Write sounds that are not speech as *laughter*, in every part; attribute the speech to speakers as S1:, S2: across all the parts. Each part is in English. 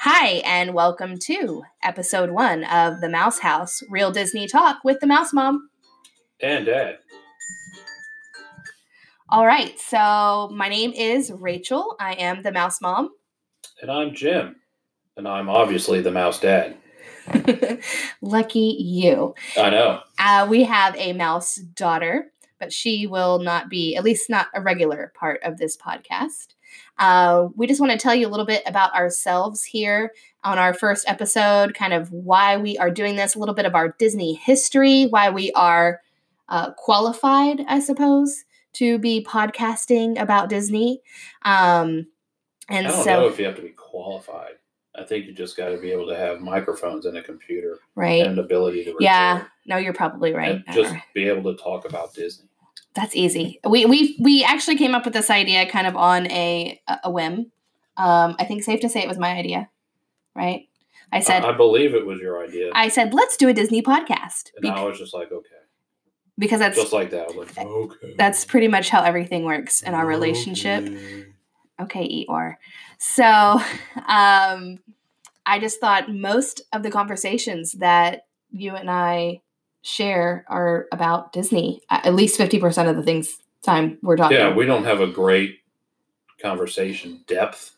S1: Hi, and welcome to episode one of The Mouse House Real Disney Talk with the Mouse Mom.
S2: And Dad.
S1: All right, so my name is Rachel. I am the Mouse Mom. *laughs*
S2: And I'm Jim. And I'm obviously the mouse dad.
S1: Lucky you.
S2: I know.
S1: Uh, we have a mouse daughter, but she will not be, at least not a regular part of this podcast. Uh, we just want to tell you a little bit about ourselves here on our first episode, kind of why we are doing this, a little bit of our Disney history, why we are uh, qualified, I suppose, to be podcasting about Disney. Um, and
S2: I don't
S1: so,
S2: know if you have to be qualified. I think you just got to be able to have microphones and a computer
S1: right.
S2: and an ability to record.
S1: Yeah, no, you're probably right. Uh-huh.
S2: And just be able to talk about Disney.
S1: That's easy. We we we actually came up with this idea kind of on a a whim. Um, I think safe to say it was my idea, right? I
S2: Uh, I-
S1: said
S2: I, believe it was your idea.
S1: I said let's do a Disney podcast
S2: and
S1: bec-
S2: I was just like, okay.
S1: because that's
S2: Just like that. I was like, okay.
S1: that's pretty much how everything works in our relationship.
S2: Okay.
S1: Okay, Eeyore. So, *laughs* um, I just thought most of the conversations that you and I share are about Disney. A- At least fifty percent of the things time we're talking.
S2: Yeah, we don't have a great conversation depth.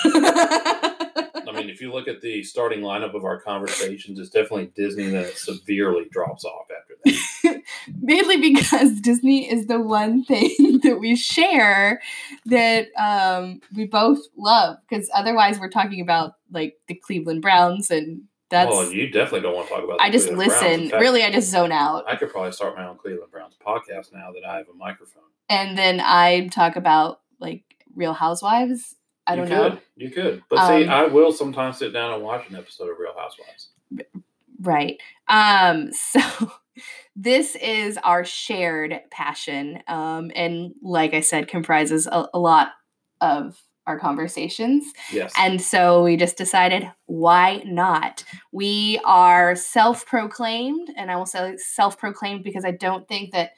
S1: *laughs*
S2: I mean, if you look at the starting lineup of our conversations, it's definitely Disney that severely drops off after that.
S1: mainly because *laughs* Disney is the one thing *laughs* that we share that um, we both love. Because otherwise, we're talking about like the Cleveland Browns, and that's
S2: well, you definitely don't want to talk about.
S1: I
S2: the
S1: just
S2: Cleveland Browns. In
S1: listen.
S2: fact,
S1: really, I just zone out,
S2: I could probably start my own Cleveland Browns podcast now that I have a microphone.
S1: and then I talk about like Real Housewives. I
S2: You
S1: don't
S2: could.
S1: know,
S2: You could, but see,
S1: Um,
S2: I will sometimes sit down and watch an episode of Real Housewives.
S1: right? Um, *laughs* so. This is our shared passion, um, and like I said, comprises a, a lot of our conversations.
S2: Yes,
S1: And so we just decided, why not? We are self proclaimed, and I will say self proclaimed because I don't think that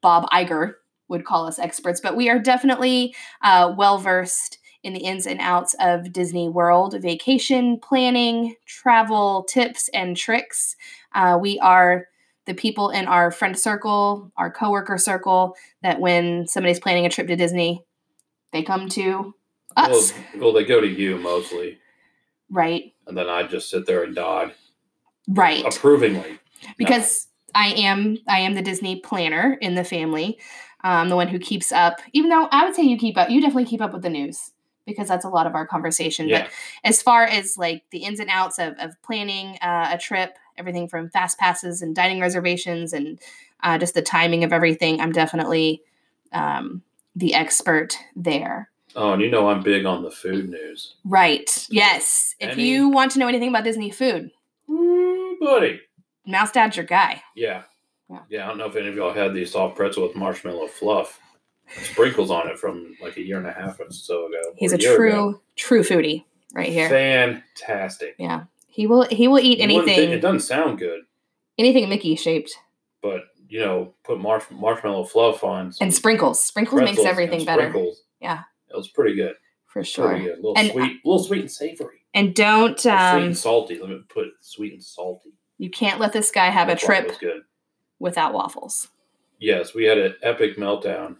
S1: Bob Iger would call us experts, but we are definitely uh, well versed in the ins and outs of Disney World vacation planning, travel tips, and tricks. Uh, we are the people in our friend circle, our coworker circle, that when somebody's planning a trip to Disney, they come to
S2: well,
S1: us,
S2: well, they go to you mostly,
S1: right?
S2: and then I just sit there and nod
S1: right
S2: approvingly.
S1: because i am i am the disney planner in the family um, the one who keeps up even though i would say you keep up you definitely keep up with the news because that's a lot of our conversation
S2: Yeah,
S1: but as far as like the ins and outs of, of planning uh, a trip everything from fast passes and dining reservations and uh, just the timing of everything i'm definitely um, the expert there
S2: oh, and you know I'm big on the food news,
S1: right yes if
S2: Any-
S1: you want to know anything about disney food
S2: Ooh, buddy.
S1: mouse dad's your guy
S2: Yeah.
S1: Yeah.
S2: yeah, I don't know if any of y'all had the soft pretzel with marshmallow fluff sprinkles on it from like a year and a half or so ago. or
S1: he's a
S2: year ago.
S1: true true foodie right here
S2: Fantastic.
S1: Yeah. He will he will eat
S2: You wouldn't think-
S1: anything
S2: it doesn't sound good,
S1: anything Mickey shaped.
S2: but you know, put marsh- marshmallow fluff on some
S1: And sprinkles. Sprinkles
S2: pretzels
S1: makes everything
S2: and
S1: better
S2: sprinkles.
S1: Yeah.
S2: it was pretty good.
S1: for
S2: Pretty
S1: sure.
S2: good. A little
S1: And-
S2: sweet, little sweet and savory.
S1: And don't
S2: Or sweet
S1: um
S2: and salty. Let me put sweet and salty.
S1: you can't let this guy have a
S2: That's why it
S1: trip
S2: Was good.
S1: without waffles.
S2: Yes, we had an epic meltdown.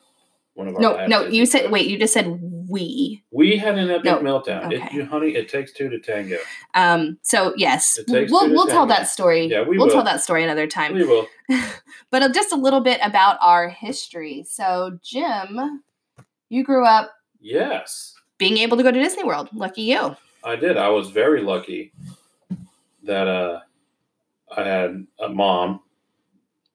S2: One of our
S1: No,
S2: last
S1: no,
S2: Disney
S1: you said
S2: trips.
S1: wait, you just said we.
S2: We had an epic
S1: No,
S2: meltdown. It,
S1: okay.
S2: you, honey, it takes two to tango.
S1: Um so yes,
S2: It takes
S1: we'll
S2: two to
S1: we'll tell
S2: tango.
S1: that story.
S2: Yeah, we
S1: will tell
S2: will.
S1: that story another time.
S2: We will.
S1: *laughs* but uh, just a little bit about our history. So Jim, you grew up
S2: Yes.
S1: being able to go to Disney World. Lucky you.
S2: I did. I was very lucky that uh, I had a mom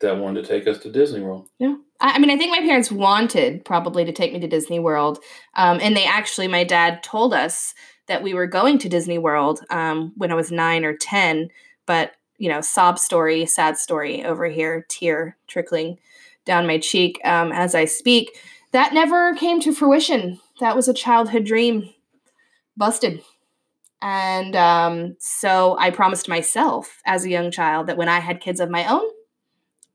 S2: that wanted to take us to Disney World.
S1: I I mean, I think my parents wanted probably to take me to Disney World. Um, and they actually, my dad told us that we were going to Disney World um, when I was nine or 10. But, you know, sob story, sad story over here, tear trickling down my cheek um, as I speak. That never came to fruition. That was a childhood dream busted. And um, so I promised myself as a young child that when I had kids of my own,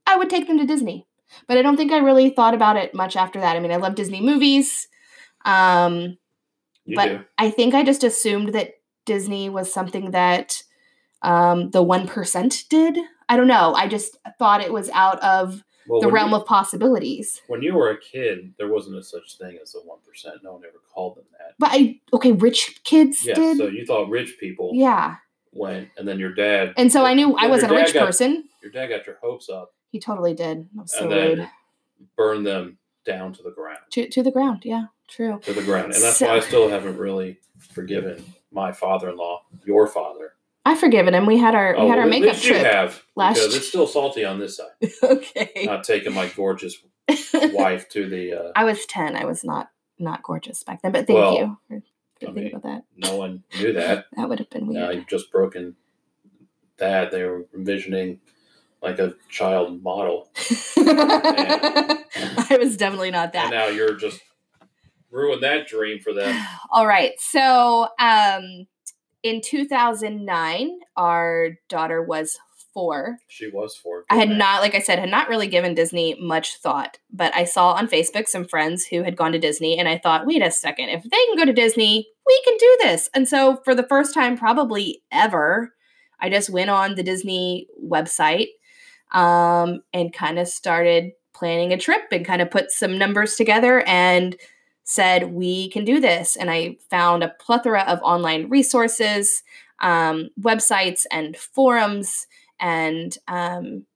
S1: I would take them to Disney. But I don't think I really thought about it much after that. I mean, I love Disney movies. Um,
S2: You
S1: But-
S2: do.
S1: I think I just assumed that Disney was something that um, the one percent did. I don't know. I just thought it was out of
S2: Well,
S1: the
S2: when
S1: realm
S2: you,
S1: of possibilities.
S2: when you were a kid, there wasn't a such thing as the one percent. No one ever called them that.
S1: But I okay, rich kids
S2: Yeah,
S1: did.
S2: so you thought rich people
S1: yeah,
S2: went, and then your dad.
S1: and so I knew I
S2: Yeah,
S1: wasn't a
S2: your dad
S1: rich
S2: got-
S1: person.
S2: Your dad got your hopes up,
S1: He totally did. That was so
S2: and then
S1: rude.
S2: burned them down to the ground.
S1: To to the ground. Yeah, true.
S2: To the ground, and that's
S1: So-
S2: why I still haven't really forgiven my father-in-law, your father.
S1: I've forgiven him. We had our we had
S2: Oh, well,
S1: our
S2: at
S1: makeup
S2: least you
S1: trip.
S2: have
S1: last-
S2: because it's still salty on
S1: *laughs*
S2: this side.
S1: okay.
S2: Not taking my gorgeous
S1: *laughs*
S2: wife to the uh,
S1: I was ten. I was not not gorgeous back then, but thank
S2: Well,
S1: you for thinking
S2: mean,
S1: about that.
S2: no one knew
S1: *laughs*
S2: that.
S1: That would have been weird.
S2: Now you've just broken that. They were envisioning like a child model,
S1: *laughs* I was definitely not
S2: and
S1: that.
S2: now you're just ruined that dream for
S1: *sighs*
S2: them.
S1: All right. So, um, in 2009, our daughter was four.
S2: She was four.
S1: I had
S2: Good man.
S1: not, like I said, had not really given Disney much thought, but I saw on Facebook some friends who had gone to Disney, and I thought, wait a second, if they can go to Disney, we can do this. And so, for the first time, probably ever, I just went on the Disney website um, and kind of started planning a trip and kind of put some numbers together and said, we can do this. And I found a plethora of online resources, um, websites, and forums. And um,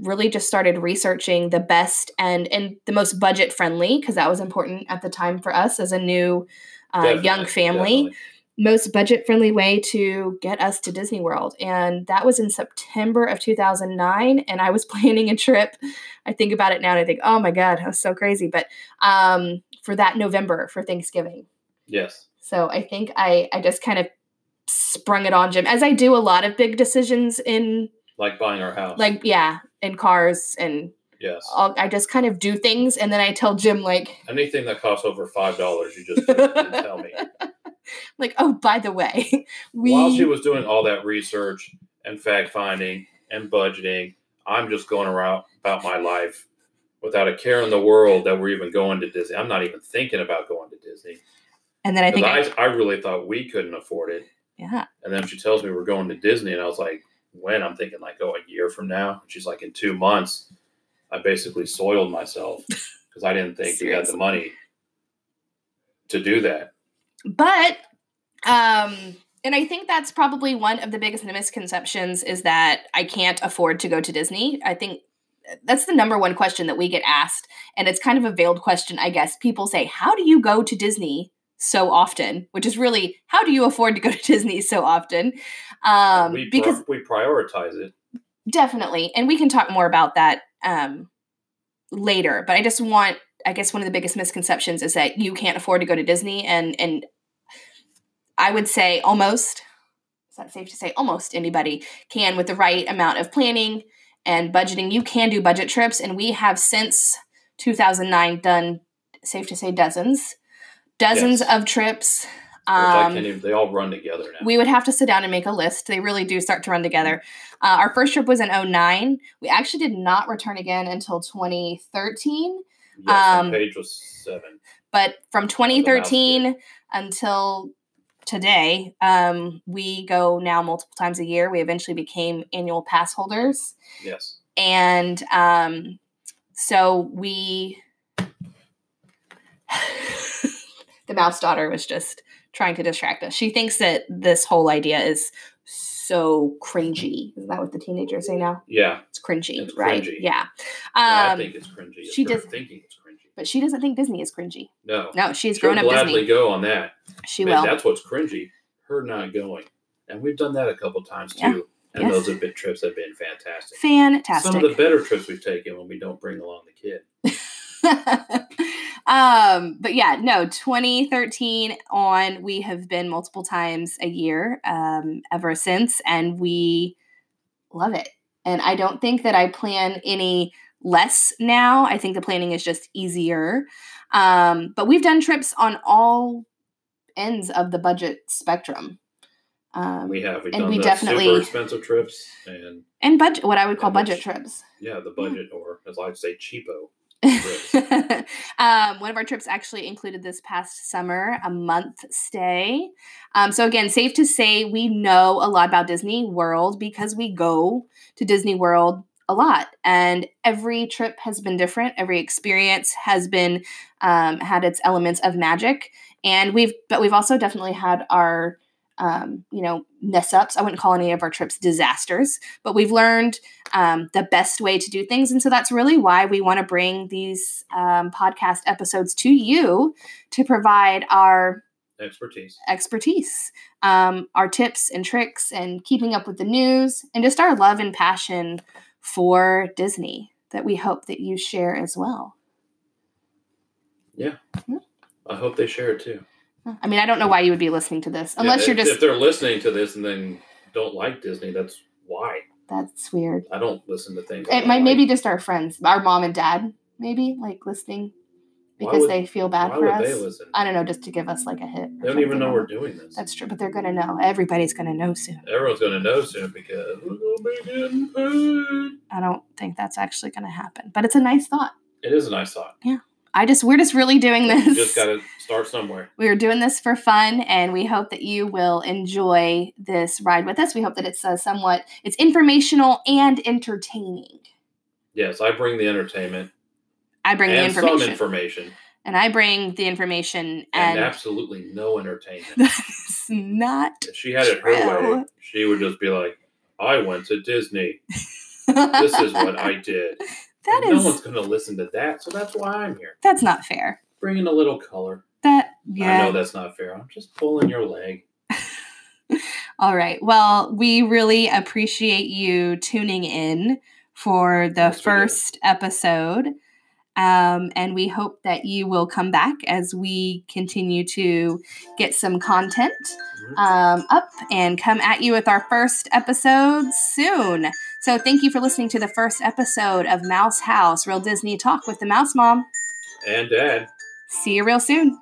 S1: really just started researching the best and and the most budget friendly because that was important at the time for us as a new uh,
S2: Definitely,
S1: young family
S2: definitely.
S1: most budget friendly way to get us to Disney World. And that was in September of 2009. And I was *laughs* planning a trip. I think about it now and I think, oh my God, that was so crazy. But um, for that November for Thanksgiving.
S2: Yes.
S1: So I think I, I just kind of sprung it on Jim, as I do a lot of big decisions in,
S2: Like buying our house.
S1: like, yeah, in cars. And
S2: yes.
S1: all, I just kind of do things. And then I tell Jim, like,
S2: Anything that costs over five dollars, you
S1: *laughs*
S2: just didn't tell me.
S1: like, oh, by the way, *laughs* we.
S2: While she was doing all that research and fact finding and budgeting, I'm just going around about my life without a care in the world that we're even going to Disney. I'm not even thinking about going to Disney.
S1: and then I think, I,
S2: Because I, I really thought we couldn't afford it.
S1: yeah,
S2: And then she tells me we're going to Disney, and I was like, when? I'm thinking like, oh, a year from now. And she's like, in two months. I basically soiled
S1: *laughs*
S2: myself because I didn't think we had the
S1: Seriously.
S2: money to do that.
S1: but um and i think that's probably one of the biggest misconceptions is that i can't afford to go to disney i think that's the number one question that we get asked and it's kind of a veiled question i guess people say how do you go to disney so often which is really how do you afford to *laughs* go to disney so often um
S2: we
S1: because
S2: pri- we prioritize it.
S1: definitely and we can talk more about that um later but i just want i guess one of the biggest misconceptions is that you can't afford to go to disney and and i would say almost is that safe to say almost anybody can with the right amount of planning and budgeting you can do budget trips and we have since 2009 done safe to say dozens dozens
S2: Yes.
S1: of trips
S2: Which I
S1: um,
S2: can't even, they all run together now.
S1: we would have to sit down and make a list. They really do start to run together. Uh, our first trip was in 09. We actually did not return again until 2013.
S2: yes,
S1: um,
S2: and Paige was seven.
S1: But from
S2: mouse
S1: 2013 until today, um, we go now multiple times a year. We eventually became annual pass holders.
S2: Yes.
S1: And um, so we. *laughs* the mouse daughter was just trying to distract us. She thinks that this whole idea is so cringy. Isn't that what the teenagers say now?
S2: Yeah.
S1: It's cringy,
S2: It's
S1: right?
S2: cringy.
S1: Yeah.
S2: I
S1: Um,
S2: think it's cringy.
S1: she
S2: She does
S1: does-
S2: thinking it's cringy.
S1: but she doesn't think Disney is cringy.
S2: No.
S1: No, she's
S2: She'll
S1: grown up
S2: gladly
S1: Disney.
S2: go on that.
S1: She
S2: Man,
S1: will.
S2: That's what's cringy. Her not going. And we've done that a couple times too.
S1: Yeah.
S2: And
S1: Yes.
S2: those have been trips that have been fantastic.
S1: Fantastic.
S2: Some of the better trips we've taken when we don't bring along the kid.
S1: *laughs* um, but yeah, no, 2013 on, we have been multiple times a year um, ever since, and we love it. And I don't think that I plan any less now. I think the planning is just easier. Um, but we've done trips on all ends of the budget spectrum. Um,
S2: We have. We've
S1: And
S2: done
S1: we
S2: the
S1: definitely-
S2: super expensive trips and
S1: and budget, what I would call
S2: And which-
S1: budget trips.
S2: yeah, the budget or as I say, cheapo.
S1: *laughs* um, one of our trips actually included this past summer a month stay. Um, so, again, safe to say we know a lot about Disney World because we go to Disney World a lot. And every trip has been different, every experience has been um, had its elements of magic. And we've, but we've also definitely had our um, you know, mess ups. I wouldn't call any of our trips disasters, but we've learned um, the best way to do things. And so that's really why we want to bring these um, podcast episodes to you to provide our
S2: Expertise.
S1: expertise, um, our tips and tricks, and keeping up with the news, and just our love and passion for Disney that we hope that you share as well.
S2: I hope they share it too.
S1: I mean, I don't know why you would be listening to this
S2: Yeah,
S1: unless you're
S2: if-
S1: just
S2: if they're listening to this and then don't like Disney, that's why
S1: that's weird.
S2: I don't listen to things. I
S1: It
S2: don't
S1: might
S2: like.
S1: maybe just our friends, our mom and dad, maybe like listening
S2: Why
S1: because
S2: would-
S1: they feel bad
S2: why
S1: for
S2: would
S1: us.
S2: they listen?
S1: I don't know, just to give us like a hit. or
S2: They don't even
S1: something.
S2: know we're doing this.
S1: That's true, but they're gonna know. Everybody's gonna know soon.
S2: Everyone's gonna know soon because we're gonna be getting paid.
S1: I don't think that's actually gonna happen, but it's a nice thought.
S2: It is a nice thought.
S1: I just we're just really doing
S2: You
S1: this. *laughs*
S2: just gotta start somewhere.
S1: we are doing this for fun and we hope that you will enjoy this ride with us we hope that it's uh, somewhat it's informational and entertaining
S2: Yes, I bring the entertainment
S1: i bring the
S2: and
S1: information
S2: some information
S1: and i bring the information
S2: and,
S1: and,
S2: absolutely
S1: *laughs*
S2: no entertainment.
S1: that's not
S2: if she had it her way,
S1: true.
S2: she would just be like, "I went to Disney. This is what I did."
S1: *laughs* that
S2: And
S1: is
S2: no one's gonna listen to that, so that's why I'm here,
S1: that's not fair
S2: bringing a little color.
S1: that
S2: I know
S1: yeah
S2: that's not fair. I'm just pulling your leg.
S1: all right well we really appreciate you tuning in for the
S2: Yes, we do.
S1: first episode um, and we hope that you will come back as we continue to get some content
S2: Mhm.
S1: um, up and come at you with our first episode soon. So, thank you for listening to the first episode of Mouse House Real Disney Talk with the Mouse Mom.
S2: And Dad.
S1: See you real soon.